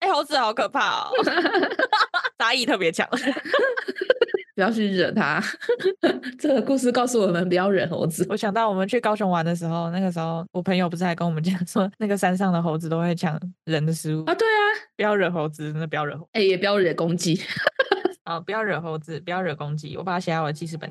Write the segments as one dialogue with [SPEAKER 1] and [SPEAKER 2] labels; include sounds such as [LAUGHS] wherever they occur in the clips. [SPEAKER 1] 哎猴子好可怕哦， [LAUGHS] 杂艺特别强。 [LAUGHS]
[SPEAKER 2] 不要去惹它。 [LAUGHS] 这个故事告诉我们不要惹猴子。
[SPEAKER 1] 我想到我们去高雄玩的时候，那个时候我朋友不是还跟我们讲说， [LAUGHS] 那个山上的猴子都会抢人的食物
[SPEAKER 2] 啊，对啊，
[SPEAKER 1] 不要惹猴子，真的不要惹猴
[SPEAKER 2] 哎、也不要惹公鸡。
[SPEAKER 1] 啊，不要惹猴子，不要惹公鸡。我把它写在我的记事本。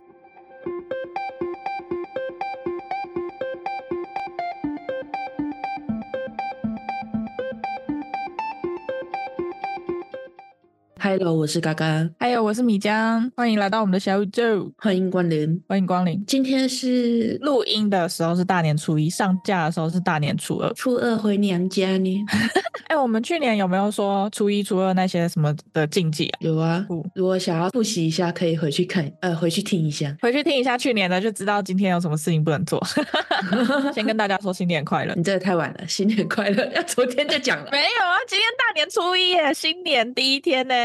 [SPEAKER 2] Hello，我是嘎嘎，
[SPEAKER 1] 还有，我是米江，欢迎来到我们的小宇宙，
[SPEAKER 2] 欢迎光临。
[SPEAKER 1] 欢迎光临。
[SPEAKER 2] 今天是
[SPEAKER 1] 录音的时候是大年初一，上架的时候是大年初二。
[SPEAKER 2] 初二回娘家呢。
[SPEAKER 1] 哎，我们去年有没有说初一、初二那些什么的禁忌啊？
[SPEAKER 2] 有啊
[SPEAKER 1] 酷，
[SPEAKER 2] 如果想要复习一下，可以回去看，呃，回去听一下。
[SPEAKER 1] 回去听一下去年的，就知道今天有什么事情不能做。 [LAUGHS] 先跟大家说新年快乐。
[SPEAKER 2] 你这个太晚了，新年快乐！要昨天就讲了，
[SPEAKER 1] 没有啊，今天大年初一耶，新年第一天呢，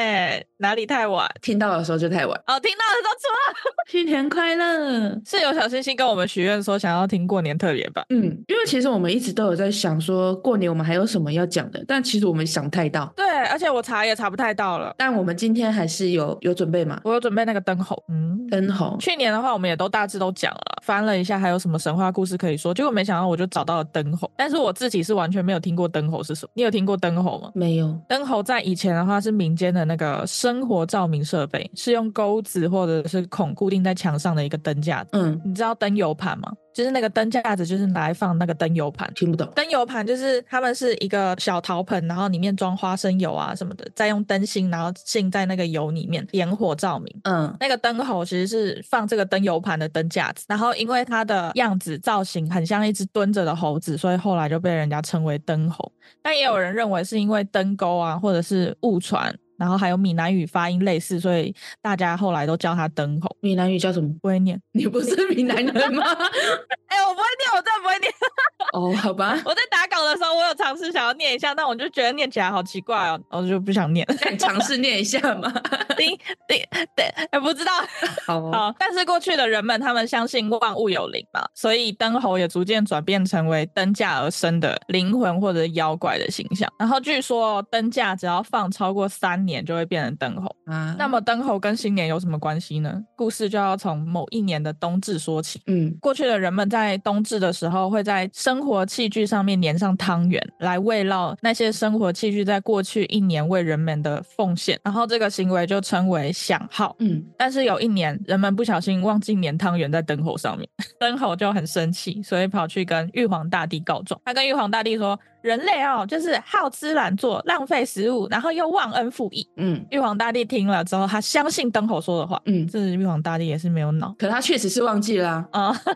[SPEAKER 1] 哪里太晚？
[SPEAKER 2] 听到的时候就太晚。
[SPEAKER 1] 哦，听到的都初二，
[SPEAKER 2] 新年快乐！
[SPEAKER 1] 是有小星星跟我们许愿说想要听过年特别版。
[SPEAKER 2] 嗯，因为其实我们一直都有在想说，过年我们还有什么要讲的，但其实我们想不太到。
[SPEAKER 1] 对，而且我查也查不太到了，
[SPEAKER 2] 但我们今天还是有有准备嘛？
[SPEAKER 1] 我有准备那个灯猴。嗯，
[SPEAKER 2] 灯猴，
[SPEAKER 1] 去年的话我们也都大致都讲了，翻了一下还有什么神话故事可以说，结果没想到我就找到了灯猴，但是我自己是完全没有听过灯猴是什么。你有听过灯猴吗？
[SPEAKER 2] 没有，
[SPEAKER 1] 灯猴在以前的话是民间的那个生活照明设备，是用钩子或者是孔固定在墙上的一个灯架子。
[SPEAKER 2] 嗯，
[SPEAKER 1] 你知道灯油盘吗？就是那个灯架子，就是拿来放那个灯油盘。
[SPEAKER 2] 听不懂。
[SPEAKER 1] 灯油盘就是他们是一个小陶盆，然后里面装花生油啊什么的，再用灯芯，然后浸在那个油里面，点火照明。
[SPEAKER 2] 嗯，
[SPEAKER 1] 那个灯猴其实是放这个灯油盘的灯架子，然后因为它的样子造型很像一只蹲着的猴子，所以后来就被人家称为灯猴。但也有人认为是因为灯钩啊，或者是误传，然后还有闽南语发音类似，所以大家后来都叫它灯猴。
[SPEAKER 2] 闽南语叫什么？
[SPEAKER 1] 不会念，
[SPEAKER 2] [LAUGHS] 你不是闽南人吗？
[SPEAKER 1] 哎、我不会念，我真的不会念。
[SPEAKER 2] [LAUGHS]
[SPEAKER 1] [LAUGHS]
[SPEAKER 2] 哦，好 [LAUGHS] 吧，
[SPEAKER 1] 我在打稿的时候，我有尝试想要念一下，但我就觉得念起来好奇怪哦，我就不想念。
[SPEAKER 2] 那你尝试念一下嘛。
[SPEAKER 1] 叮叮 [LAUGHS] 对，哎，不知道。
[SPEAKER 2] [LAUGHS] 好哦、
[SPEAKER 1] 好，呃但是过去的人们他们相信万物有灵嘛，所以灯猴也逐渐转变成为灯架而生的灵魂或者是妖怪的形象。然后据说灯架只要放超过三年就会变成灯猴。
[SPEAKER 2] 啊，
[SPEAKER 1] 那么灯猴跟新年有什么关系呢？故事就要从某一年的冬至说起。
[SPEAKER 2] 嗯，
[SPEAKER 1] 过去的人们在冬至的时候，会在生活器具上面粘上汤圆，来慰劳那些生活器具在过去一年为人们的奉献。然后这个行为就称为响号。
[SPEAKER 2] 嗯，
[SPEAKER 1] 但是有一年，人们不小心忘记粘汤圆在灯猴上面， [LAUGHS] 灯猴就很生气，所以跑去跟玉皇大帝告状。他跟玉皇大帝说：“人类哦，就是好吃懒做，浪费食物，然后又忘恩负义。”
[SPEAKER 2] 嗯，
[SPEAKER 1] 玉皇大帝听了之后，他相信灯猴说的话。
[SPEAKER 2] 嗯，
[SPEAKER 1] 这玉皇大帝也是没有脑，
[SPEAKER 2] 可他确实是忘记啦、
[SPEAKER 1] 啊、哦， [LAUGHS] 对，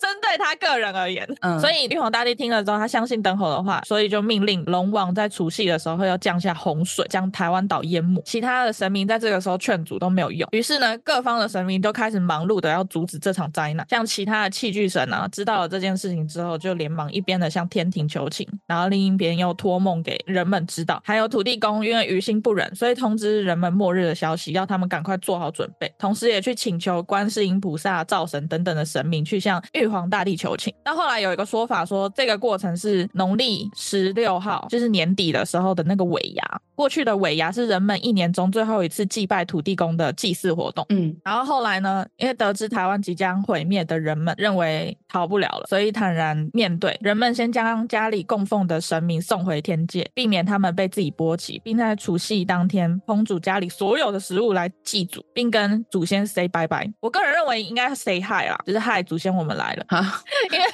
[SPEAKER 1] 针对他个人而言，
[SPEAKER 2] 嗯，
[SPEAKER 1] 所
[SPEAKER 2] 以
[SPEAKER 1] 以玉皇大帝听了之后，他相信灯猴的话，所以就命令龙王在除夕的时候要降下洪水，将台湾岛淹没。其他的神明在这个时候劝阻都没有用，于是呢，各方的神明都开始忙碌的要阻止这场灾难。像其他的器具神啊，知道了这件事情之后，就连忙一边的向天庭求情，然后另一边又托梦给人们知道。还有土地公因为于心不忍，所以通知人们末日的消息，要他们赶快做好准备，同时也去请求观世音菩萨、灶神等等的神明去向玉皇大帝求情。到后来有一个说法说，这个过程是农历十六号，就是年底的时候的那个尾牙。过去的尾牙是人们一年中最后一次祭拜土地公的祭祀活动。
[SPEAKER 2] 嗯
[SPEAKER 1] 然后后来呢，因为得知台湾即将毁灭的人们认为逃不了了，所以坦然面对。人们先将家里供奉的神明送回天界，避免他们被自己波及，并在除夕当天烹煮家里所有的食物来祭祖，并跟祖先 say 拜拜。我个人认为应该 say hi 啦，就是 hi 祖先我们来了，
[SPEAKER 2] 好， [LAUGHS]
[SPEAKER 1] 因为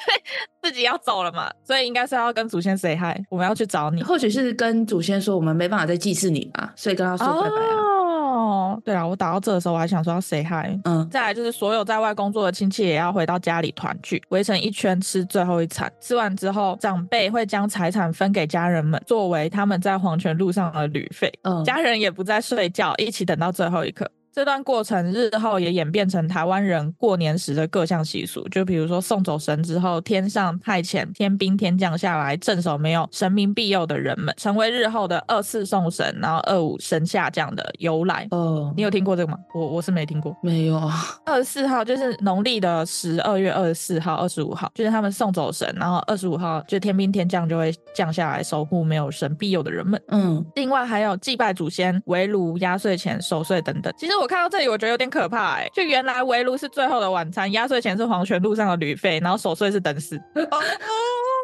[SPEAKER 1] 自己要走了嘛，所以应该是要跟祖先 say hi，我们要去找你。
[SPEAKER 2] 或许是跟祖先说我们没办法再祭祀你嘛，所以跟他说拜拜啊。
[SPEAKER 1] 哦，对啊，我打到这的时候我还想说要 say hi，
[SPEAKER 2] 嗯，
[SPEAKER 1] 再来就是所有在外工作的亲戚也要回到家里团聚，围成一圈吃最后一餐。吃完之后，长辈会将财产分给家人们，作为他们在黄泉路上的旅费。
[SPEAKER 2] 嗯，
[SPEAKER 1] 家人也不再睡觉，一起等到最后一刻。这段过程日后也演变成台湾人过年时的各项习俗，就比如说送走神之后，天上派遣天兵天将下来镇守没有神明庇佑的人们，成为日后的二次送神，然后二五神下降的由来。
[SPEAKER 2] 哦
[SPEAKER 1] 你，有听过这个吗？我我是没听过。
[SPEAKER 2] 没有啊，
[SPEAKER 1] 二十四号就是农历的十二月二十四号、二十五号，就是他们送走神，然后二十五号就天兵天将就会降下来守护没有神庇佑的人们。
[SPEAKER 2] 嗯，
[SPEAKER 1] 另外还有祭拜祖先、围炉、压岁钱、守岁等等。其实我看到这里，我觉得有点可怕哎、就原来围炉是最后的晚餐，压岁钱是黄泉路上的旅费，然后守岁是等死。哦 [LAUGHS]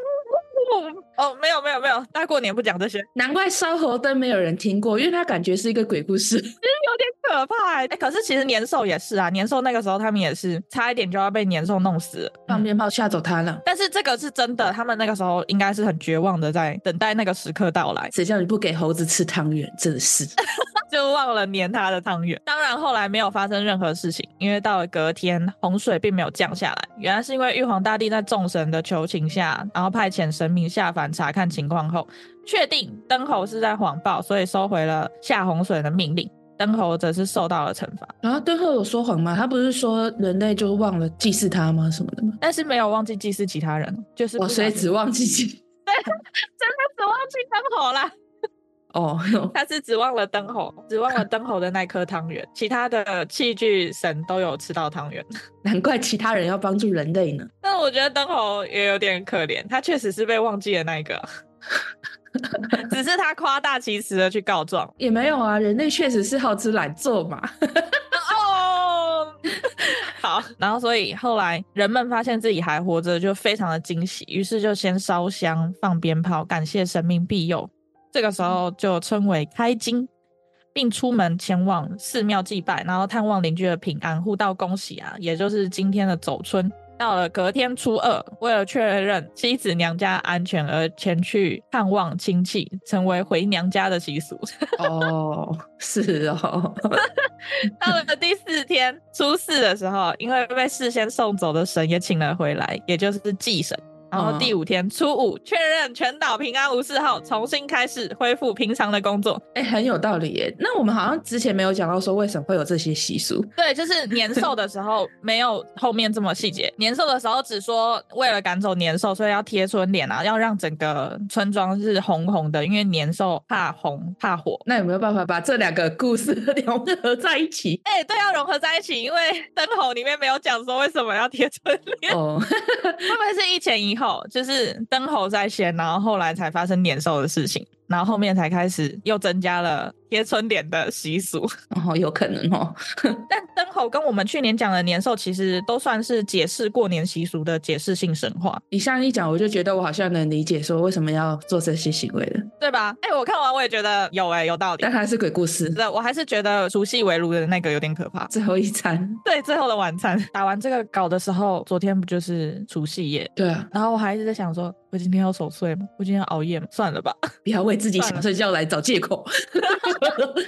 [SPEAKER 1] 哦，没有没有没有，大过年不讲这些，
[SPEAKER 2] 难怪烧猴灯没有人听过，因为它感觉是一个鬼故事。
[SPEAKER 1] 有点可怕哎、欸可是其实年兽也是啊，年兽那个时候他们也是差一点就要被年兽弄死了。
[SPEAKER 2] 放鞭炮吓走它了，
[SPEAKER 1] 但是这个是真的，他们那个时候应该是很绝望的，在等待那个时刻到来，
[SPEAKER 2] 谁叫你不给猴子吃汤圆，真的是。
[SPEAKER 1] 就忘了粘他的汤圆。当然后来没有发生任何事情，因为到了隔天，洪水并没有降下来，原来是因为玉皇大帝在众神的求情下，然后派遣神明下凡查看情况后，确定灯猴是在谎报，所以收回了下洪水的命令。灯猴则是受到了惩罚，
[SPEAKER 2] 然后敦厚啊有说谎吗？他不是说人类就忘了祭祀他吗？什么的吗？
[SPEAKER 1] 但是没有忘记祭祀其他人，就是
[SPEAKER 2] 我
[SPEAKER 1] 不小
[SPEAKER 2] 所以
[SPEAKER 1] 心 [LAUGHS]
[SPEAKER 2] 只忘记祭。
[SPEAKER 1] 真的只忘记灯猴啦。
[SPEAKER 2] 哦，
[SPEAKER 1] 他是只忘了灯猴，只忘了灯猴的那颗汤圆，其他的器具神都有吃到汤圆。 [LAUGHS]
[SPEAKER 2] 难怪其他人要帮助人类呢。
[SPEAKER 1] 但我觉得灯猴也有点可怜，他确实是被忘记的那一个， [LAUGHS] 只是他夸大其词的去告状。
[SPEAKER 2] 也没有啊，人类确实是好吃懒做嘛。
[SPEAKER 1] 哦，好， [LAUGHS] 然后所以后来人们发现自己还活着，就非常的惊喜，于是就先烧香、放鞭炮，感谢神明庇佑。这个时候就称为开经，并出门前往寺庙祭拜，然后探望邻居的平安，互道恭喜啊，也就是今天的走春。到了隔天初二，为了确认妻子娘家安全而前去探望亲戚，成为回娘家的习俗。
[SPEAKER 2] 哦，是哦，
[SPEAKER 1] [LAUGHS] 到了第四天初四的时候，因为被事先送走的神也请了回来，也就是祭神。然后第五天、初五确认全岛平安无事后，重新开始恢复平常的工作。
[SPEAKER 2] 哎、很有道理耶。那我们好像之前没有讲到说为什么会有这些习俗。
[SPEAKER 1] 对，就是年兽的时候没有后面这么细节。年兽的时候只说为了赶走年兽，所以要贴春联啊，要让整个村庄是红红的，因为年兽怕红怕火。
[SPEAKER 2] 那有没有办法把这两个故事 [LAUGHS] 融合在一起？
[SPEAKER 1] 哎、对，要融合在一起，因为灯红里面没有讲说为什么要贴春联。
[SPEAKER 2] 哦， [LAUGHS]
[SPEAKER 1] [LAUGHS] 会不会是一前一后，就是灯猴在先，然后后来才发生年兽的事情，然后后面才开始又增加了贴春联的习俗。 [LAUGHS]
[SPEAKER 2] 哦，有可能哦。
[SPEAKER 1] 但灯猴跟我们去年讲的年兽，其实都算是解释过年习俗的解释性神话，
[SPEAKER 2] 你像一讲，我就觉得我好像能理解说为什么要做这些行为了。
[SPEAKER 1] 对吧？哎、我看完我也觉得有哎、有道理
[SPEAKER 2] 但。它是鬼故事，
[SPEAKER 1] 对，我还是觉得除夕围炉的那个有点可怕。
[SPEAKER 2] 最后一餐。
[SPEAKER 1] 对，最后的晚餐打完这个稿的时候，昨天不就是除夕夜？
[SPEAKER 2] 对啊，
[SPEAKER 1] 然后我还一直在想说，我今天要守岁吗？我今天要熬夜吗？算了吧。
[SPEAKER 2] 不要为自己
[SPEAKER 1] 算了
[SPEAKER 2] 想睡觉来找借口。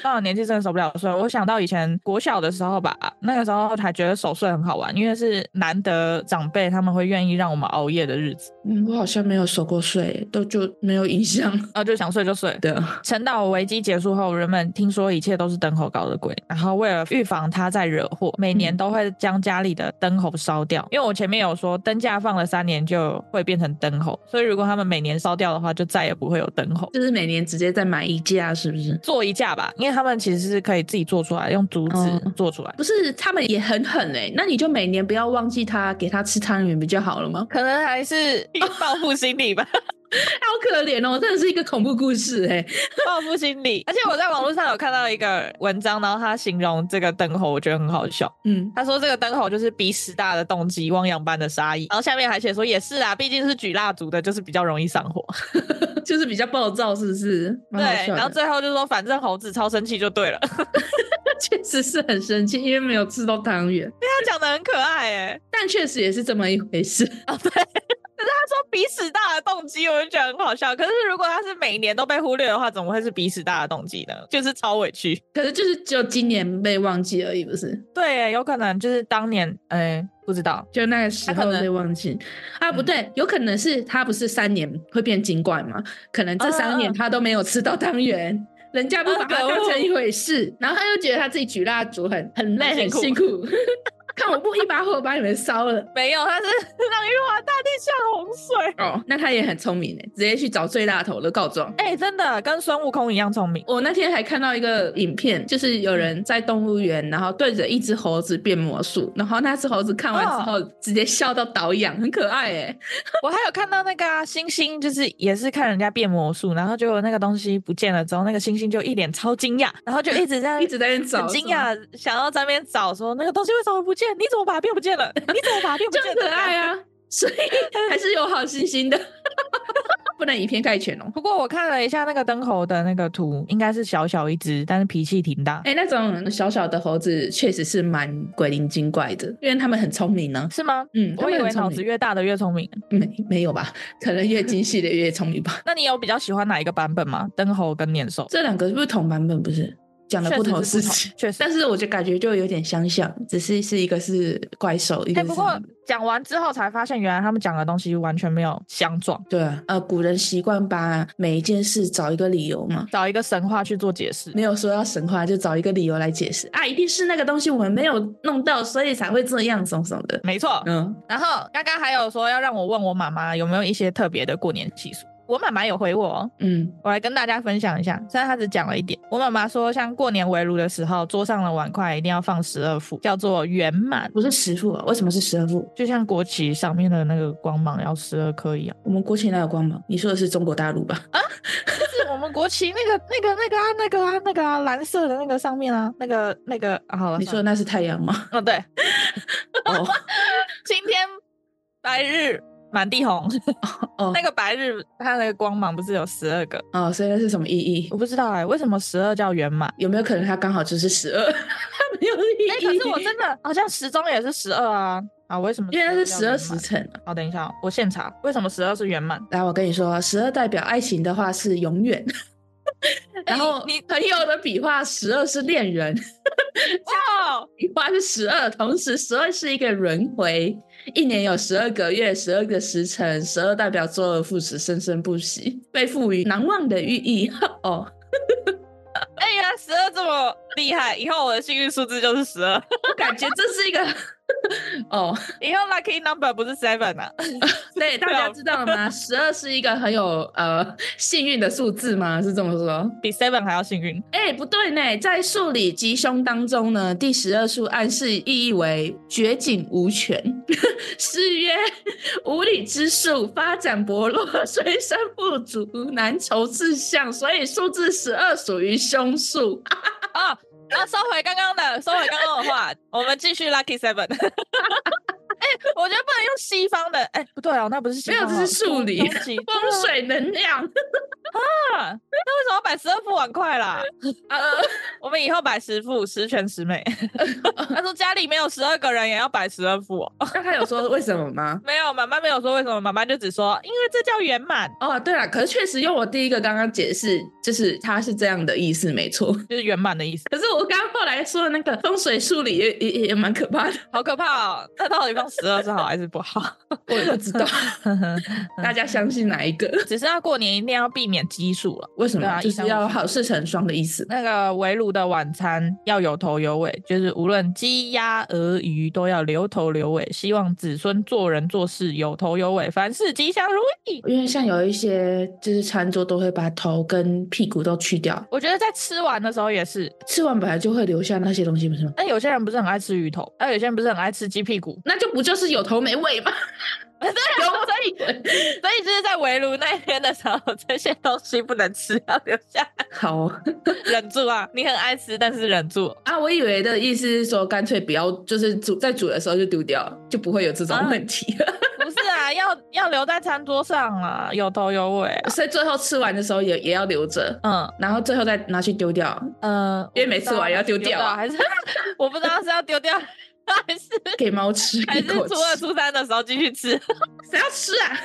[SPEAKER 1] 到了年纪真的守不了岁，我想到以前国小的时候吧，那个时候还觉得守岁很好玩，因为是难得长辈他们会愿意让我们熬夜的日子，
[SPEAKER 2] 嗯，我好像没有守过岁，都就没有印象。
[SPEAKER 1] 然后就想睡就睡。
[SPEAKER 2] 对啊，
[SPEAKER 1] 陈岛危机结束后，人们听说一切都是灯猴搞的鬼，然后为了预防它再惹祸，每年
[SPEAKER 2] 嗯
[SPEAKER 1] 都会将家里的灯猴烧掉。因为我前面有说灯架放了三年就会变成灯猴，所以如果他们每年烧掉的话，就再也不会有灯猴。
[SPEAKER 2] 就是每年直接再买一架，是不是？
[SPEAKER 1] 做一架吧，因为他们其实是可以自己做出来，用竹子
[SPEAKER 2] 嗯
[SPEAKER 1] 做出来。
[SPEAKER 2] 不是，他们也很狠哎、那你就每年不要忘记他，给他吃汤圆不就好了吗？ [LAUGHS]
[SPEAKER 1] 可能还是 [LAUGHS] 报复心理吧，
[SPEAKER 2] 好可怜哦，真的是一个恐怖故事哎、
[SPEAKER 1] [LAUGHS] 报复心理。而且我在网络上有看到一个文章，然后他形容这个灯猴，我觉得很好笑。
[SPEAKER 2] 嗯，
[SPEAKER 1] 他说这个灯猴就是鼻屎大的动机，汪洋般的杀意。然后下面还写说也是啊，毕竟是举蜡烛的，就是比较容易上 [LAUGHS] 火。
[SPEAKER 2] [LAUGHS] 就是比较暴躁，是不是？
[SPEAKER 1] 对
[SPEAKER 2] 蛮好，笑
[SPEAKER 1] 然后
[SPEAKER 2] 的，
[SPEAKER 1] 最后就说反正猴子超生气就对了。
[SPEAKER 2] 确实是很生气，因为没有吃到汤圆，
[SPEAKER 1] 他讲的很可爱哎、
[SPEAKER 2] 但确实也是这么一回事。 [LAUGHS]
[SPEAKER 1] 他说鼻屎大的动机，我就觉得很好笑。可是如果他是每年都被忽略的话，怎么会是鼻屎大的动机呢？就是超委屈。
[SPEAKER 2] 可是就是只有今年被忘记而已，不是？
[SPEAKER 1] 对欸、有可能就是当年，哎、不知道。
[SPEAKER 2] 就那个时
[SPEAKER 1] 他可
[SPEAKER 2] 候
[SPEAKER 1] 能嗯
[SPEAKER 2] 被忘记啊？不对，有可能是他不是三年会变精怪吗？可能这
[SPEAKER 1] 嗯
[SPEAKER 2] 三
[SPEAKER 1] 嗯
[SPEAKER 2] 年他都没有吃到汤圆，人家不把它当成一回事，然后他就觉得他自己举蜡烛很很累
[SPEAKER 1] 很
[SPEAKER 2] 很
[SPEAKER 1] 辛
[SPEAKER 2] 辛苦， [LAUGHS] 看我不一把火把你们烧了。
[SPEAKER 1] 没有，他是 [LAUGHS] 让玉皇大帝下洪水。
[SPEAKER 2] 哦，那他也很聪明欸诶，直接去找最大头的告状。
[SPEAKER 1] 哎、真的跟孙悟空一样聪明。
[SPEAKER 2] 我那天还看到一个影片，就是有人在动物园，然后对着一只猴子变魔术，然后那只猴子看完
[SPEAKER 1] 哦
[SPEAKER 2] 之后直接笑到倒仰，很可爱欸诶。
[SPEAKER 1] [LAUGHS] 我还有看到那个、啊、星星，就是也是看人家变魔术，然后结果那个东西不见了之后，那个星星就一脸超惊
[SPEAKER 2] [LAUGHS]
[SPEAKER 1] 讶，然后就一直在
[SPEAKER 2] 一直在那边找，
[SPEAKER 1] 很惊，讶，想要在那边找说那个东西为什么不见？你怎么把它变不见了？ [LAUGHS] 你怎么把它变不
[SPEAKER 2] 就
[SPEAKER 1] 见
[SPEAKER 2] 很
[SPEAKER 1] 了？
[SPEAKER 2] 可爱啊， [LAUGHS] 所以还是有好星星的， [LAUGHS] 不能以偏概全哦。
[SPEAKER 1] 不过我看了一下那个灯猴的那个图，应该是小小一只，但是脾气挺大，
[SPEAKER 2] 哎、那种小小的猴子确实是蛮鬼灵精怪的，因为他们很聪明呢、
[SPEAKER 1] 是吗？
[SPEAKER 2] 嗯，他
[SPEAKER 1] 我
[SPEAKER 2] 们
[SPEAKER 1] 以
[SPEAKER 2] 很
[SPEAKER 1] 为
[SPEAKER 2] 聪
[SPEAKER 1] 脑子
[SPEAKER 2] 明，
[SPEAKER 1] 越大的越聪明。
[SPEAKER 2] 没没有吧？可能越精细的越聪明吧。
[SPEAKER 1] 那你有比较喜欢哪一个版本吗？灯猴跟年兽？
[SPEAKER 2] 这两个是不是同版本？不是讲了
[SPEAKER 1] 确
[SPEAKER 2] 不
[SPEAKER 1] 实
[SPEAKER 2] 同
[SPEAKER 1] 是
[SPEAKER 2] 事情，
[SPEAKER 1] 确 [LAUGHS] 实。
[SPEAKER 2] 但是我就感觉就有点相像，只是是一个是怪兽，一
[SPEAKER 1] 哎、
[SPEAKER 2] 个是
[SPEAKER 1] 不过讲完之后才发现，原来他们讲的东西完全没有相撞，
[SPEAKER 2] 对啊，呃，古人习惯把每一件事找一个理由嘛。
[SPEAKER 1] 找一个神话去做解释
[SPEAKER 2] 没。有说要神话，就找一个理由来解释啊，一定是那个东西我们没有弄到，所以才会这样，什么什么的。
[SPEAKER 1] 没错，
[SPEAKER 2] 嗯，
[SPEAKER 1] 然后刚刚还有说要让我问我妈妈有没有一些特别的过年习俗，我妈妈有回我、哦，
[SPEAKER 2] 嗯，
[SPEAKER 1] 我来跟大家分享一下。虽然她只讲了一点，我妈妈说，像过年围炉的时候，桌上的碗筷一定要放十二副，叫做圆满，
[SPEAKER 2] 不是十副啊？为什么是十二副？
[SPEAKER 1] 就像国旗上面的那个光芒要十二颗一样。
[SPEAKER 2] 我们国旗哪有光芒？你说的是中国大陆
[SPEAKER 1] [LAUGHS]
[SPEAKER 2] 吧？
[SPEAKER 1] 就是我们国旗那个、那个、那个啊、那个啊、那个啊，蓝色的那个上面啊，那个、那个，啊、好了，
[SPEAKER 2] 你
[SPEAKER 1] 算
[SPEAKER 2] 说
[SPEAKER 1] 了
[SPEAKER 2] 的那是太阳
[SPEAKER 1] [LAUGHS]
[SPEAKER 2] 吗？
[SPEAKER 1] 哦，对，
[SPEAKER 2] 哦
[SPEAKER 1] 今天白日满地红，
[SPEAKER 2] 哦
[SPEAKER 1] [LAUGHS] 那个白日它的光芒不是有十二个？
[SPEAKER 2] 哦，所以那是什么意义
[SPEAKER 1] 我？不知道哎、为什么十二叫圆满？
[SPEAKER 2] 有没有可能它刚好就是十二？ [LAUGHS] 它没有意义。
[SPEAKER 1] 哎、可是我真的 [LAUGHS] 好像时钟也是十二啊啊！为什么？
[SPEAKER 2] 因为它是十二
[SPEAKER 1] 时
[SPEAKER 2] 时。辰啊。
[SPEAKER 1] 好，等一下哦，我现查为什么十二是圆满？
[SPEAKER 2] 来，我跟你说，十二代表爱情的话是永远， [LAUGHS] 然后
[SPEAKER 1] 哎你
[SPEAKER 2] 朋友的笔画十二是恋人，
[SPEAKER 1] 哦，
[SPEAKER 2] 笔画是十二，同时十二是一个轮回，一年有十二个月，十二个时辰，十二代表周而复始，生生不息，被赋予难忘的寓意。 [LAUGHS] 哦，
[SPEAKER 1] 哎、原呀，十二这么厉害，以后我的幸运数字就是十二， [LAUGHS]
[SPEAKER 2] 我感觉这是一个哦，
[SPEAKER 1] 以后 lucky number 不是 seven 啊，
[SPEAKER 2] 对，大家知道了吗？十二是一个很有呃幸运的数字吗？是这么说？
[SPEAKER 1] 比 seven 还要幸运。
[SPEAKER 2] 哎、不对呢，在数理吉凶当中呢，第十二数暗示意义为绝景无权， [LAUGHS] 是曰无理之数，发展薄弱， [LAUGHS] 虽身不足，难求志向，所以数字十二属于凶数。
[SPEAKER 1] 哦，啊，收回刚刚的，收回刚刚的 [LAUGHS] 话，我们继续 lucky seven。哎、我觉得不能用西方的，哎、不对哦，那不是西
[SPEAKER 2] 没有
[SPEAKER 1] 方哦，
[SPEAKER 2] 这是数理
[SPEAKER 1] 东 [LAUGHS] 西
[SPEAKER 2] 风水能量，
[SPEAKER 1] 啊，那为什么要摆十二副碗筷啦？
[SPEAKER 2] [LAUGHS] 呃，
[SPEAKER 1] 我们以后摆十副，十全十 [LAUGHS] 美。他说家里没有十二个人也要摆十二副、哦，
[SPEAKER 2] 那他有说为什么吗？
[SPEAKER 1] 没有妈妈没有说为什么，妈妈就只说因为这叫圆满，
[SPEAKER 2] [LAUGHS] 哦，对了，可是确实用我第一个刚刚解释，就是它是这样的意思，没错。
[SPEAKER 1] 就是圆满的意思，
[SPEAKER 2] 可是我刚刚后来说的那个风水数理也也也也蛮可怕的，
[SPEAKER 1] 好可怕哦！那到底放十二是好还是不好？
[SPEAKER 2] 我也不知
[SPEAKER 1] [LAUGHS]
[SPEAKER 2] 道。大家相信哪一个？ [LAUGHS]
[SPEAKER 1] 只是要过年一定要避免基数了。
[SPEAKER 2] 为什么？
[SPEAKER 1] 对啊
[SPEAKER 2] 就
[SPEAKER 1] 以上
[SPEAKER 2] 是要好事成双的意思。
[SPEAKER 1] 那个围炉的晚餐要有头有尾，就是无论鸡、鸭、鹅、鱼都要留头留尾，希望子孙做人做事有头有尾，凡事吉祥如意。
[SPEAKER 2] 因为像有一些就是餐桌都会把头跟屁股都去掉，
[SPEAKER 1] 我觉得在吃完的时候也是，
[SPEAKER 2] 吃完本来就会留下那些东西，不是吗？
[SPEAKER 1] 但有些人不是很爱吃鱼头，那有些人不是很爱吃鸡屁
[SPEAKER 2] [LAUGHS]
[SPEAKER 1] 股，
[SPEAKER 2] 那就不就是有头没尾吗？ [LAUGHS]
[SPEAKER 1] 有所以所以就是在围炉那一天的时候，这些东西不能吃，要留下，
[SPEAKER 2] 好哦、
[SPEAKER 1] 忍住啊！你很爱吃，但是忍住。
[SPEAKER 2] 啊，我以为的意思是说干脆不要，就是煮在煮的时候就丢掉，就不会有这种
[SPEAKER 1] 啊
[SPEAKER 2] 问题。
[SPEAKER 1] 不是啊，要要留在餐桌上啊，有头有尾啊、
[SPEAKER 2] [LAUGHS] 所以最后吃完的时候也也要留着，
[SPEAKER 1] 嗯
[SPEAKER 2] 然后最后再拿去丢掉。
[SPEAKER 1] 呃，
[SPEAKER 2] 因为每次玩要丢掉
[SPEAKER 1] 我不知道
[SPEAKER 2] 啊
[SPEAKER 1] 还是我不知道是要丢掉还是
[SPEAKER 2] 给猫吃
[SPEAKER 1] [LAUGHS] 还
[SPEAKER 2] 一
[SPEAKER 1] 是
[SPEAKER 2] 口
[SPEAKER 1] 初二
[SPEAKER 2] 吃，
[SPEAKER 1] 初三的时候继续吃？
[SPEAKER 2] 谁要吃啊？ [LAUGHS]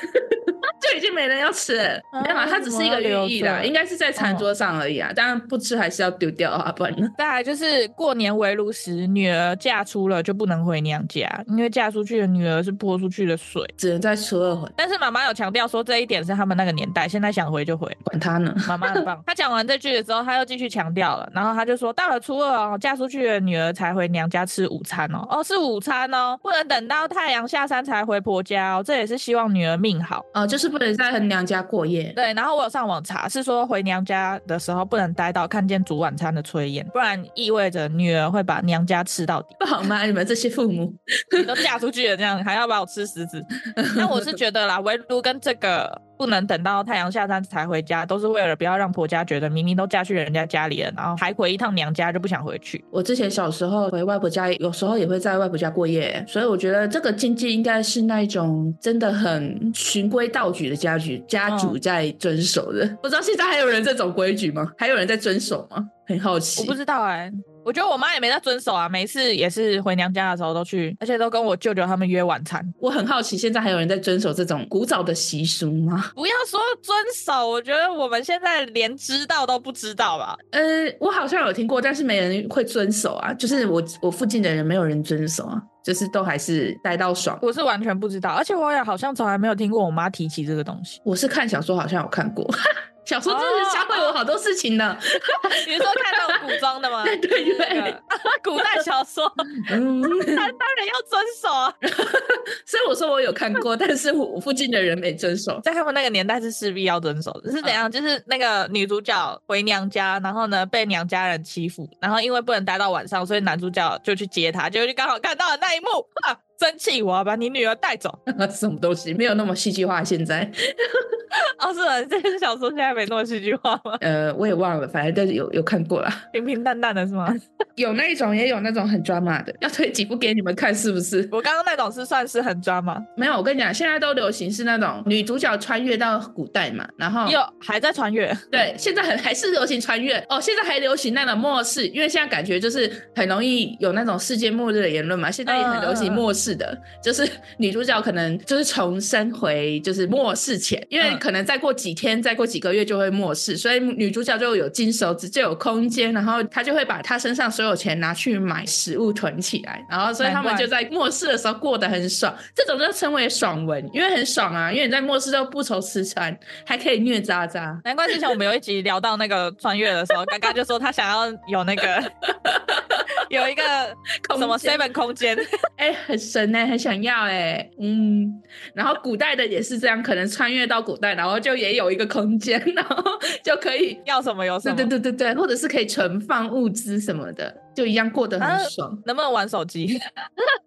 [SPEAKER 2] 就已经没人要吃
[SPEAKER 1] 啊
[SPEAKER 2] 了，没有啦，它只是一个寓意啦，应该是在餐桌上而已
[SPEAKER 1] 哦
[SPEAKER 2] 啊。当然不吃还是要丢掉啊，不然呢？
[SPEAKER 1] 再来就是过年围炉时，女儿嫁出了就不能回娘家，因为嫁出去的女儿是泼出去的水。
[SPEAKER 2] 只能在初二回，
[SPEAKER 1] 但是妈妈有强调说这一点是他们那个年代，现在想回就回。
[SPEAKER 2] 管它呢。
[SPEAKER 1] 妈妈很 [LAUGHS] 棒。她讲完这句的时候，她又继续强调了，然后她就说，到了初二哦，嫁出去的女儿才回娘家吃午餐哦，哦是午餐哦，不能等到太阳下山才回婆家哦，这也是希望女儿命好。
[SPEAKER 2] 哦，就是不能在娘家过夜。 [LAUGHS]
[SPEAKER 1] 对，然后我有上网查，是说回娘家的时候不能待到看见煮晚餐的炊烟，不然意味着女儿会把娘家吃到底。
[SPEAKER 2] 不好吗？你们这些父母，
[SPEAKER 1] 你都嫁出去了，这样还要把我吃死死。但我是觉得啦，围炉跟这个不能等到太阳下山才回家，都是为了不要让婆家觉得明明都嫁去人家家里了，然后还回一趟娘家就不想回去。
[SPEAKER 2] 我之前小时候回外婆家，有时候也会在外婆家过夜，所以我觉得这个禁忌应该是那种真的很循规蹈矩的家族家
[SPEAKER 1] 嗯
[SPEAKER 2] 族在遵守的。不知道现在还有人这种规矩吗？还有人在遵守吗？很好奇。
[SPEAKER 1] 我不知道哎、我觉得我妈也没在遵守啊，每次也是回娘家的时候都去，而且都跟我舅舅他们约晚餐。 [LAUGHS]
[SPEAKER 2] 我很好奇，现在还有人在遵守这种古早的习俗吗？
[SPEAKER 1] 不要说遵守，我觉得我们现在连知道都不知道吧。
[SPEAKER 2] 呃，我好像有听过，但是没人会遵守啊。就是我我附近的人没有人遵守啊，就是都还是待到爽。
[SPEAKER 1] 我是完全不知道，而且我也好像从来没有听过我妈提起这个东西。
[SPEAKER 2] 我是看小说，好像有看过。 [LAUGHS] 小说真的是教会我好多事情呢。
[SPEAKER 1] [LAUGHS] 你是说看那种古装的 [LAUGHS] 吗？
[SPEAKER 2] 对 [LAUGHS] 对对
[SPEAKER 1] 那个，古代小说，
[SPEAKER 2] 嗯， [LAUGHS]
[SPEAKER 1] 那 [LAUGHS] 当然要遵守啊。
[SPEAKER 2] 所以我说我有看过，但是我附近的人没遵守。 [LAUGHS]
[SPEAKER 1] 在他们那个年代是势必要遵守的，是怎样？就是那个女主角回娘家，然后呢被娘家人欺负，然后因为不能待到晚上，所以男主角就去接她，结果就刚好看到了那一幕，啊，生气，我要把你女儿带走。 [LAUGHS]
[SPEAKER 2] 什么东西没有那么戏剧化？现在，
[SPEAKER 1] 哦，是的，这个小说现在没那么戏剧化吗？ [LAUGHS]
[SPEAKER 2] 呃，我也忘了，反正就是有有看过啦。
[SPEAKER 1] 平平淡淡的是 [LAUGHS] 吗？
[SPEAKER 2] 有那一种，也有那种很 drama 的，要推几部给你们看，是不是？
[SPEAKER 1] 我刚刚那种是算是很抓吗？
[SPEAKER 2] 没有，我跟你讲，现在都流行是那种女主角穿越到古代嘛，然后
[SPEAKER 1] 又还在穿越，
[SPEAKER 2] 对，现在很还是流行穿越哦，现在还流行那种末世，因为现在感觉就是很容易有那种世界末日的言论嘛，现在也很流行末世的，就是女主角可能就是重生回就是末世前，因为
[SPEAKER 1] 嗯
[SPEAKER 2] 可能再过几天、再过几个月就会末世，所以女主角就有金手指，就有空间，然后她就会把她身上所有钱拿去买食物囤起来，然后所以他们
[SPEAKER 1] 难怪
[SPEAKER 2] 就在末世的时候过得很爽，这种就称为爽文，因为很爽啊，因为你在末世都不愁吃穿，还可以虐渣渣。
[SPEAKER 1] 难怪之前我们有一集聊到那个穿越的时候，刚刚就说他想要有那 [LAUGHS] 个有一个什么
[SPEAKER 2] 空间
[SPEAKER 1] seven 空间，
[SPEAKER 2] 哎、很神哎、很想要哎、嗯，然后古代的也是这样，可能穿越到古代，然后就也有一个空间， [LAUGHS] 然后就可以，
[SPEAKER 1] 要什么有什
[SPEAKER 2] 对
[SPEAKER 1] 么。
[SPEAKER 2] 对对对对，或者是可以存放物资什么的，就一样过得
[SPEAKER 1] 啊
[SPEAKER 2] 很爽。
[SPEAKER 1] 能不能玩手机？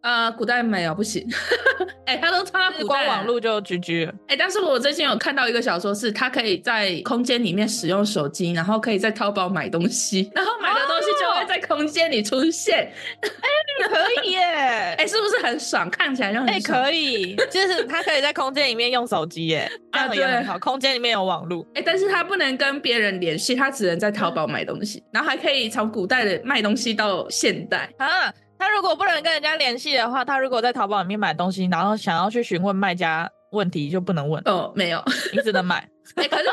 [SPEAKER 2] 呃，古代没有不行， [LAUGHS] 哎、他都穿到古代
[SPEAKER 1] 光
[SPEAKER 2] 了
[SPEAKER 1] 网，络就 GG 了。
[SPEAKER 2] 哎、但是我最近有看到一个小说，是他可以在空间里面使用手机，然后可以在淘宝买东西，然后买的东西就
[SPEAKER 1] 哦
[SPEAKER 2] 会在空间里出现，
[SPEAKER 1] 可 [LAUGHS] 以耶！
[SPEAKER 2] 哎、是不是很爽？看起来就很
[SPEAKER 1] 哎、
[SPEAKER 2] 爽。
[SPEAKER 1] 可以，就是他可以在空间里面用手机耶，这
[SPEAKER 2] 啊
[SPEAKER 1] 样也很
[SPEAKER 2] 对
[SPEAKER 1] 好。空间里面有网络，
[SPEAKER 2] 哎、但是他不能跟别人联系，他只能在淘宝买东西，然后还可以从古代的卖东西到现代。
[SPEAKER 1] 啊，他如果不能跟人家联系的话，他如果在淘宝里面买东西，然后想要去询问卖家问题，就不能问，
[SPEAKER 2] 哦，没有，
[SPEAKER 1] 你只能买。
[SPEAKER 2] 哎、可是他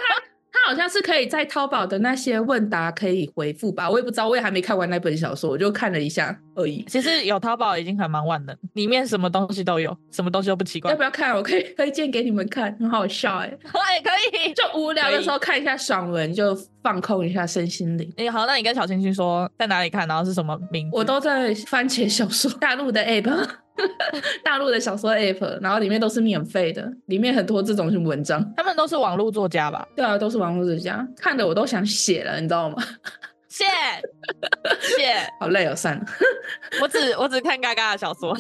[SPEAKER 2] 他好像是可以在淘宝的那些问答可以回复吧？我也不知道，我也还没看完那本小说，我就看了一下而已。
[SPEAKER 1] 其实有淘宝已经很蛮万能，里面什么东西都有，什么东西都不奇怪
[SPEAKER 2] 要。不要看？我可以推荐给你们看，很好笑哎、
[SPEAKER 1] [LAUGHS] 哎，可以。
[SPEAKER 2] 就无聊的时候看一下爽文，就放空一下身心灵。
[SPEAKER 1] 哎，好，那你跟小星星说在哪里看，然后是什么名字？
[SPEAKER 2] 我都在番茄小说，大陆的 app，大陆的小说 app，然后里面都是免费的，里面很多这种文章。
[SPEAKER 1] 他们都是网络作家吧？
[SPEAKER 2] 对啊，都是网络作家，看的我都想写了，你知道吗？
[SPEAKER 1] 谢谢，
[SPEAKER 2] 好累哦，算了，
[SPEAKER 1] 我只我只看嘎嘎的小 [LAUGHS] 说，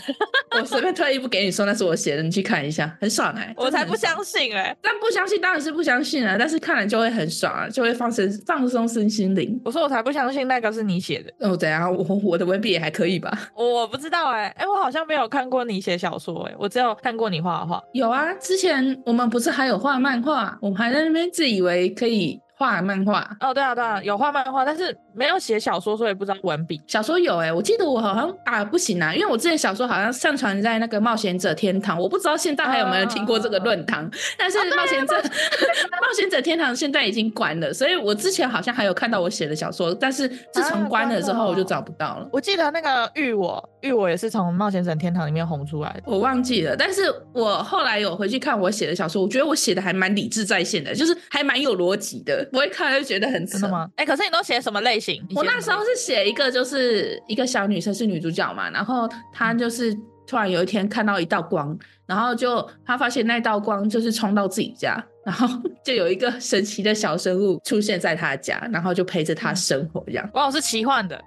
[SPEAKER 2] 我随便推一部给你说那是我写的，你去看一下，很爽哎、
[SPEAKER 1] 我才不
[SPEAKER 2] 信，
[SPEAKER 1] 相信哎、
[SPEAKER 2] 但不相信当然是不相信啊，但是看了就会很爽啊，就会放身放松身心灵。
[SPEAKER 1] 我说我才不相信那个是你写的，
[SPEAKER 2] 哦，怎样？我我的文笔也还可以吧？
[SPEAKER 1] 我我不知道哎、哎、我好像没有看过你写小说哎、我只有看过你画画。
[SPEAKER 2] 有啊，之前我们不是还有画漫画，我们还在那边自以为可以。画漫画。
[SPEAKER 1] 哦，对啊，对啊，有画漫画，但是没有写小说，所以不知道文笔。
[SPEAKER 2] 小说有哎、我记得我好像啊不行啊，因为我之前小说好像上传在那个冒险者天堂，我不知道现在还有没有人听过这个论 [LAUGHS] 坛，但是冒险者、 [LAUGHS] 冒险者天堂现在已经关了，所以我之前好像还有看到我写的小说，但是自从
[SPEAKER 1] 啊
[SPEAKER 2] 关
[SPEAKER 1] 关
[SPEAKER 2] 了之
[SPEAKER 1] 了
[SPEAKER 2] 后我就
[SPEAKER 1] 哦
[SPEAKER 2] 找不到了。
[SPEAKER 1] 我记得那个玉我，玉我也是从《冒险者天堂》里面红出来的。
[SPEAKER 2] 我忘记了，但是我后来有回去看我写的小说，我觉得我写的还蛮理智在线的，就是还蛮有逻辑的，不会看就觉得很扯
[SPEAKER 1] 真的？吗？哎、可是你都写什么类型？你
[SPEAKER 2] 我
[SPEAKER 1] 写
[SPEAKER 2] 那时
[SPEAKER 1] 什么
[SPEAKER 2] 候是写一个，就是一个小女生是女主角嘛，然后她
[SPEAKER 1] 嗯
[SPEAKER 2] 就是突然有一天看到一道光，然后就她发现那道光就是冲到自己家，然后就有一个神奇的小生物出现在她家，然后就陪着
[SPEAKER 1] 嗯，
[SPEAKER 2] 她生活这样 [LAUGHS]
[SPEAKER 1] 哇，我是奇幻的，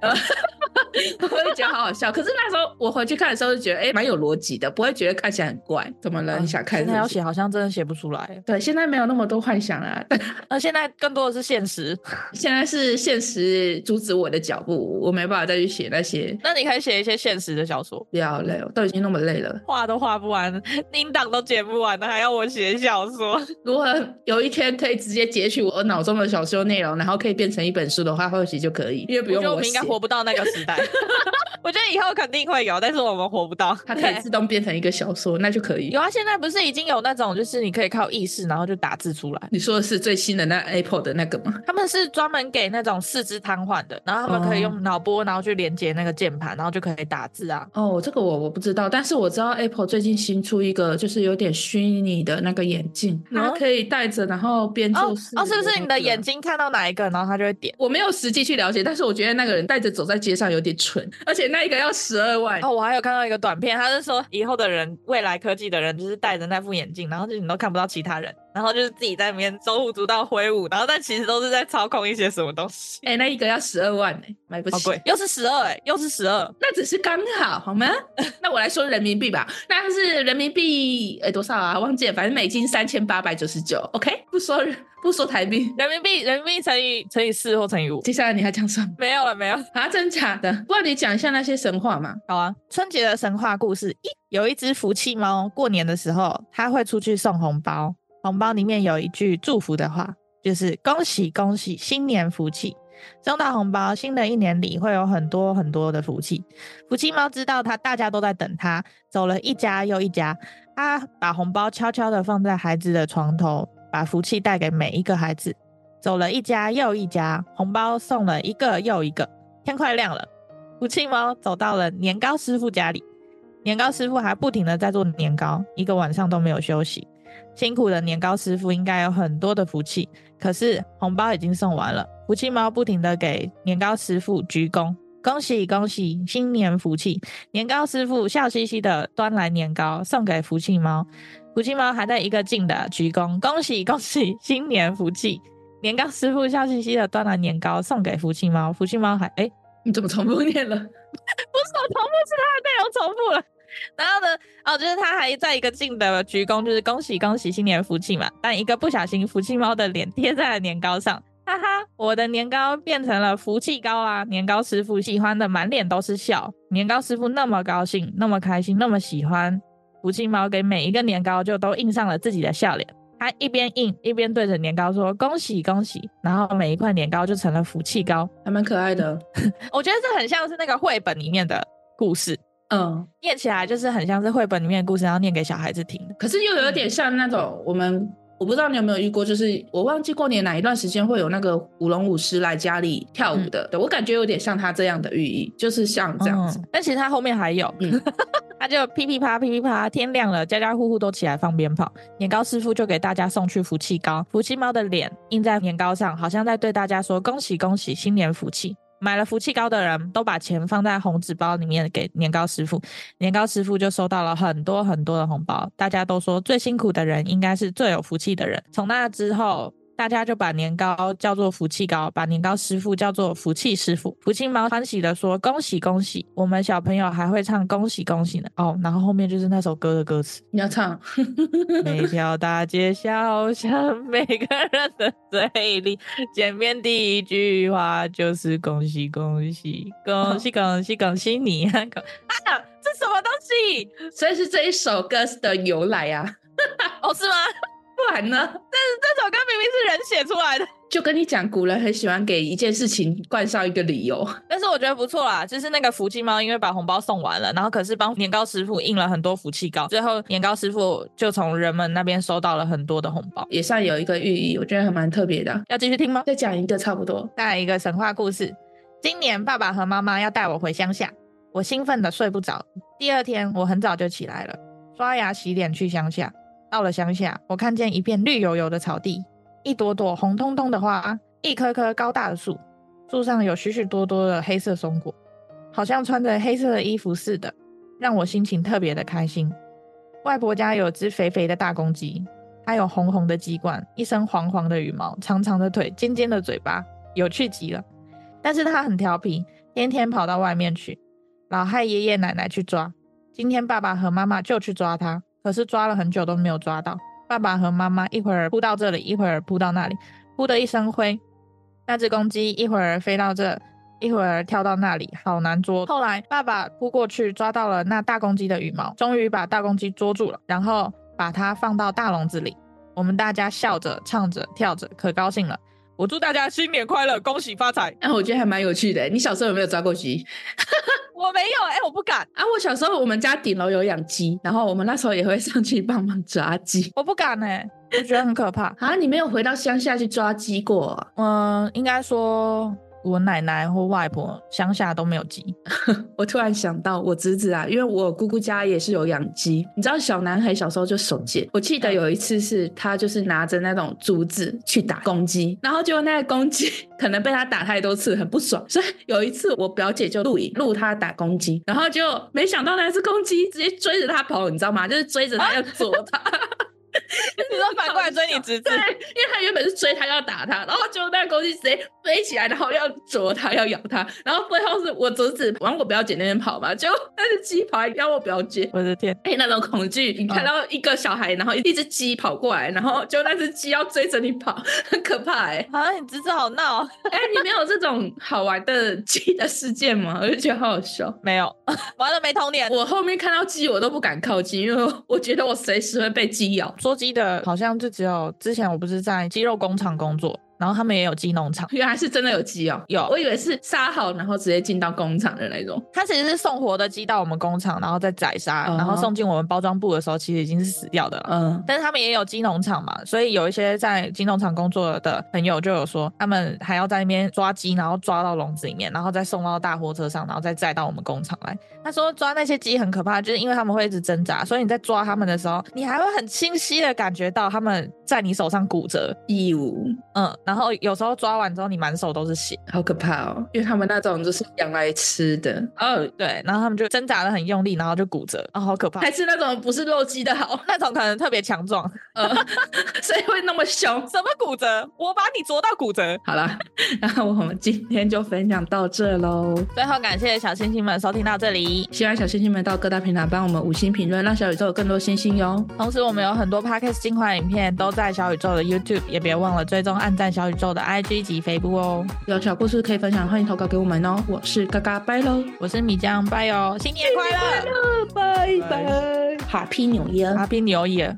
[SPEAKER 2] 我就觉得好好笑。可是那时候我回去看的时候就觉得，哎、蛮有逻辑的，不会觉得看起来很怪。怎么了？你想看是
[SPEAKER 1] 哦嗯现
[SPEAKER 2] 不
[SPEAKER 1] 在
[SPEAKER 2] 是
[SPEAKER 1] 要写好像真的写不出来，
[SPEAKER 2] 对，现在没有那么多幻想了、但
[SPEAKER 1] 那现在更多的是现实。 [LAUGHS]
[SPEAKER 2] 现在是现实阻止我的脚步，我没办法再去写那些。
[SPEAKER 1] 那你可以写一些现实的小说，
[SPEAKER 2] 不要累，我都已经那么累了，
[SPEAKER 1] 画都画不完，音档都剪不完的，还要我写小说？
[SPEAKER 2] 如果有一天可以直接截取我脑中的小说内容，然后可以变成一本书的话，或许就可以，因为不
[SPEAKER 1] 我觉
[SPEAKER 2] 用
[SPEAKER 1] 得我们
[SPEAKER 2] 写
[SPEAKER 1] 应该活，不到那个时代。 [LAUGHS] 我觉得以后肯定会有，但是我们活不到。
[SPEAKER 2] 它可以自动变成一个小说，那就可以。
[SPEAKER 1] 有啊，现在不是已经有那种，就是你可以靠意识，然后就打字出来。
[SPEAKER 2] 你说的是最新的那 Apple 的那个吗？
[SPEAKER 1] 他们是专门给那种四肢瘫痪的，然后他们可以
[SPEAKER 2] 哦
[SPEAKER 1] 用脑波，然后去连接那个键盘，然后就可以打字啊。
[SPEAKER 2] 哦，这个我我不知道，但是我知道 Apple 最近新出一个，就是有点虚拟的那个眼镜，它
[SPEAKER 1] 嗯
[SPEAKER 2] 可以戴着，然后边
[SPEAKER 1] 哦
[SPEAKER 2] 做事
[SPEAKER 1] 哦，是不
[SPEAKER 2] 那
[SPEAKER 1] 是你的
[SPEAKER 2] 个
[SPEAKER 1] 眼睛看到哪一个，然后它就会点？
[SPEAKER 2] 我没有实际去了解，但是我觉得那个人带着走在街上有点蠢，而且那一个要十二万。
[SPEAKER 1] 哦，我还有看到一个短片，他是说以后的人，未来科技的人，就是戴着那副眼镜，然后就是你都看不到其他人，然后就是自己在里面手舞足蹈挥舞，然后但其实都是在操控一些什么东西，
[SPEAKER 2] 哎、那一个要十二万呢、哎买不
[SPEAKER 1] 好
[SPEAKER 2] 起。
[SPEAKER 1] 贵，又是十二哎，又是十二，
[SPEAKER 2] 那只是刚好好吗？ [LAUGHS] 那我来说人民币吧，那是人民币哎、多少啊？忘记了，反正美金三千八百九十九。OK，不说不说台币。
[SPEAKER 1] 人民币人民币乘以乘以四或乘以五，
[SPEAKER 2] 接下来你还讲什么
[SPEAKER 1] 没有了没有了，
[SPEAKER 2] 啊？真假的？不然你讲一下那些神话嘛？
[SPEAKER 1] 好啊。春节的神话故事一，有一只福气猫，过年的时候它会出去送红包，红包里面有一句祝福的话，就是恭喜恭喜，新年福气。收到红包，新的一年里会有很多很多的福气。福气猫知道它大家都在等它，走了一家又一家，它把红包悄悄地放在孩子的床头，把福气带给每一个孩子。走了一家又一家，红包送了一个又一个。天快亮了，福气猫走到了年糕师傅家里，年糕师傅还不停的在做年糕，一个晚上都没有休息。辛苦的年糕师傅应该有很多的福气，可是红包已经送完了，福气猫不停的给年糕师傅鞠躬，恭喜恭喜，新年福气！年糕师傅笑嘻嘻的端来年糕送给福气猫，福气猫还在一个劲的鞠躬，恭喜恭喜，新年福气！年糕师傅笑嘻嘻的端来年糕送给福气猫，福气猫还哎、
[SPEAKER 2] 你怎么重复念了？ [LAUGHS]
[SPEAKER 1] 不是我重复，是它的内容重复了。然后呢，哦，就是他还在一个劲的鞠躬，就是恭喜恭喜新年福气嘛。但一个不小心，福气猫的脸贴在了年糕上，哈哈，我的年糕变成了福气糕啊！年糕师傅喜欢的满脸都是笑，年糕师傅那么高兴，那么开心，那么喜欢福气猫，给每一个年糕就都印上了自己的笑脸。他一边印一边对着年糕说恭喜恭喜，然后每一块年糕就成了福气糕。
[SPEAKER 2] 还蛮可爱的。
[SPEAKER 1] 我觉得这很像是那个绘本里面的故事，
[SPEAKER 2] 嗯，
[SPEAKER 1] 念起来就是很像是绘本里面的故事，然后念给小孩子听的。
[SPEAKER 2] 可是又有点像那种我们。我不知道你有没有遇过，就是我忘记过年哪一段时间会有那个舞龙舞狮来家里跳舞的，对我感觉有点像他这样的寓意，就是像这样子。
[SPEAKER 1] 嗯但其实他后面还有，
[SPEAKER 2] 嗯
[SPEAKER 1] [LAUGHS] 他就噼噼啪噼噼啪，天亮了，家家户户都起来放鞭炮。年糕师傅就给大家送去福气糕，福气猫的脸印在年糕上，好像在对大家说恭喜恭喜，新年福气。买了福气糕的人都把钱放在红纸包里面给年糕师傅，年糕师傅就收到了很多很多的红包。大家都说最辛苦的人应该是最有福气的人。从那之后，大家就把年糕叫做福气糕，把年糕师傅叫做福气师傅。福气猫欢喜的说：“恭喜恭喜！”我们小朋友还会唱“恭喜恭喜”呢。哦，然后后面就是那首歌的歌词
[SPEAKER 2] 你要唱，：“
[SPEAKER 1] 每条大街小巷，每个人的嘴里，见面第一句话就是恭喜恭喜，恭喜恭喜恭喜你啊！” [LAUGHS] 恭啊，这什么东西？
[SPEAKER 2] 所以是这一首歌的由来啊。 [LAUGHS]
[SPEAKER 1] [LAUGHS] 哦，是吗？
[SPEAKER 2] 不然呢？
[SPEAKER 1] 这首歌明明是人写出来的，
[SPEAKER 2] 就跟你讲，古人很喜欢给一件事情冠上一个理由。
[SPEAKER 1] [LAUGHS] 但是我觉得不错啦。就是那个福气猫，因为把红包送完了，然后可是帮年糕师傅印了很多福气糕，最后年糕师傅就从人们那边收到了很多的红包。
[SPEAKER 2] 也算有一个寓意，我觉得还蛮特别的。
[SPEAKER 1] 要继续听吗？
[SPEAKER 2] 再讲一个差不多，
[SPEAKER 1] 再来一个神话故事。今年爸爸和妈妈要带我回乡下，我兴奋的睡不着。第二天我很早就起来了，刷牙洗脸去乡下。到了乡下，我看见一片绿油油的草地，一朵朵红彤彤的花，一棵棵高大的树，树上有许许多多的黑色松果，好像穿着黑色的衣服似的，让我心情特别的开心。外婆家有只肥肥的大公鸡，它有红红的鸡冠，一身黄黄的羽毛，长长的腿，尖尖的嘴巴，有趣极了。但是它很调皮，天天跑到外面去，老害爷爷奶奶去抓。今天爸爸和妈妈就去抓它，可是抓了很久都没有抓到。爸爸和妈妈一会儿扑到这里，一会儿扑到那里，扑的一身灰。那只公鸡一会儿飞到这，一会儿跳到那里，好难捉。后来爸爸扑过去抓到了那大公鸡的羽毛，终于把大公鸡捉住了，然后把它放到大笼子里。我们大家笑着、唱着、跳着，可高兴了。我祝大家新年快乐，恭喜发财！
[SPEAKER 2] 哎、我觉得还蛮有趣的。你小时候有没有抓过鸡
[SPEAKER 1] 我没有，哎、我不敢，
[SPEAKER 2] 啊？我小时候我们家顶楼有养鸡，然后我们那时候也会上去帮忙抓鸡。。
[SPEAKER 1] 我不敢哎、我觉得很可怕
[SPEAKER 2] 啊，你没有回到乡下去抓鸡过啊、
[SPEAKER 1] 嗯，应该说我奶奶或外婆乡下都没有 [LAUGHS] 鸡，
[SPEAKER 2] 我突然想到，我侄子啊，因为我姑姑家也是有养鸡，你知道小男孩小时候就手贱。我记得有一次是他就是拿着那种竹子去打公鸡，然后结果那个公鸡 [LAUGHS] 可能被他打太多次，很不爽，所以有一次我表姐就录影录他打公鸡，然后就没想到那只公鸡直接追着他跑，你知道吗？就是追着他要 [LAUGHS] 啄他。
[SPEAKER 1] 你说反过来追你侄子 [LAUGHS]
[SPEAKER 2] 对，因，为他原本是追他要打他，然后就那个公鸡直接飞起来，然后要啄他要咬他，然后最后是我侄子往我表姐那边跑嘛，结果那只鸡跑来咬我表姐。 [LAUGHS]
[SPEAKER 1] 我的天！
[SPEAKER 2] 哎、那种恐惧，你看到一个小孩，然后一只鸡跑过来，然后就那只鸡要追着你跑，很可怕
[SPEAKER 1] [LAUGHS]
[SPEAKER 2] 哎、
[SPEAKER 1] 啊，你侄子好闹，
[SPEAKER 2] 哎、你没有这种好玩的鸡的事件吗？我就觉得好好笑。
[SPEAKER 1] 没有， [LAUGHS] 完了没童年。
[SPEAKER 2] 我后面看到鸡，我都不敢靠近，因为我觉得我随时会被鸡咬。
[SPEAKER 1] 捉鸡的好像就只有之前我不是在鸡肉工厂工作，然后他们也有鸡农场，
[SPEAKER 2] 原来是真的有鸡哦，
[SPEAKER 1] 有
[SPEAKER 2] 我以为是杀好然后直接进到工厂的那种。
[SPEAKER 1] 它其实是送活的鸡到我们工厂，然后再宰杀，然后
[SPEAKER 2] 哦
[SPEAKER 1] 送进我们包装部的时候，其实已经是死掉的了。
[SPEAKER 2] 嗯，
[SPEAKER 1] 但是他们也有鸡农场嘛，所以有一些在鸡农场工作的朋友就有说，他们还要在那边抓鸡，然后抓到笼子里面，然后再送到大货车上，然后再载到我们工厂来。他说抓那些鸡很可怕，就是因为他们会一直挣扎，所以你在抓他们的时候，你还会很清晰的感觉到他们在你手上骨折，
[SPEAKER 2] 义乌
[SPEAKER 1] 嗯，然后有时候抓完之后你满手都是血，
[SPEAKER 2] 好可怕哦，因为他们那种就是养来吃的哦，
[SPEAKER 1] 对，然后他们就挣扎的很用力，然后就骨折，啊、好可怕。
[SPEAKER 2] 还是那种不是肉鸡的好，
[SPEAKER 1] [LAUGHS]
[SPEAKER 2] [LAUGHS]
[SPEAKER 1] 那种可能特别强壮，
[SPEAKER 2] 呃，所以会那么凶。
[SPEAKER 1] 什么骨折？我把你啄到骨折。
[SPEAKER 2] 好啦， [LAUGHS] 然后我们今天就分享到这喽。
[SPEAKER 1] 最后感谢小星星们收听到这里。
[SPEAKER 2] 希望小星星们到各大平台帮我们五星评论，让小宇宙有更多星星哟。
[SPEAKER 1] 同时，我们有很多 podcast 精华影片都在小宇宙的 YouTube，也别忘了追踪、按赞小宇宙的 IG 及 f a 哦。
[SPEAKER 2] 有小故事可以分享，欢迎投稿给我们哦。我是嘎嘎，拜喽，
[SPEAKER 1] 我是米酱，拜哦，新年快乐
[SPEAKER 2] 拜
[SPEAKER 1] 拜
[SPEAKER 2] 拜，哈皮纽耶。
[SPEAKER 1] ，Happy New Year！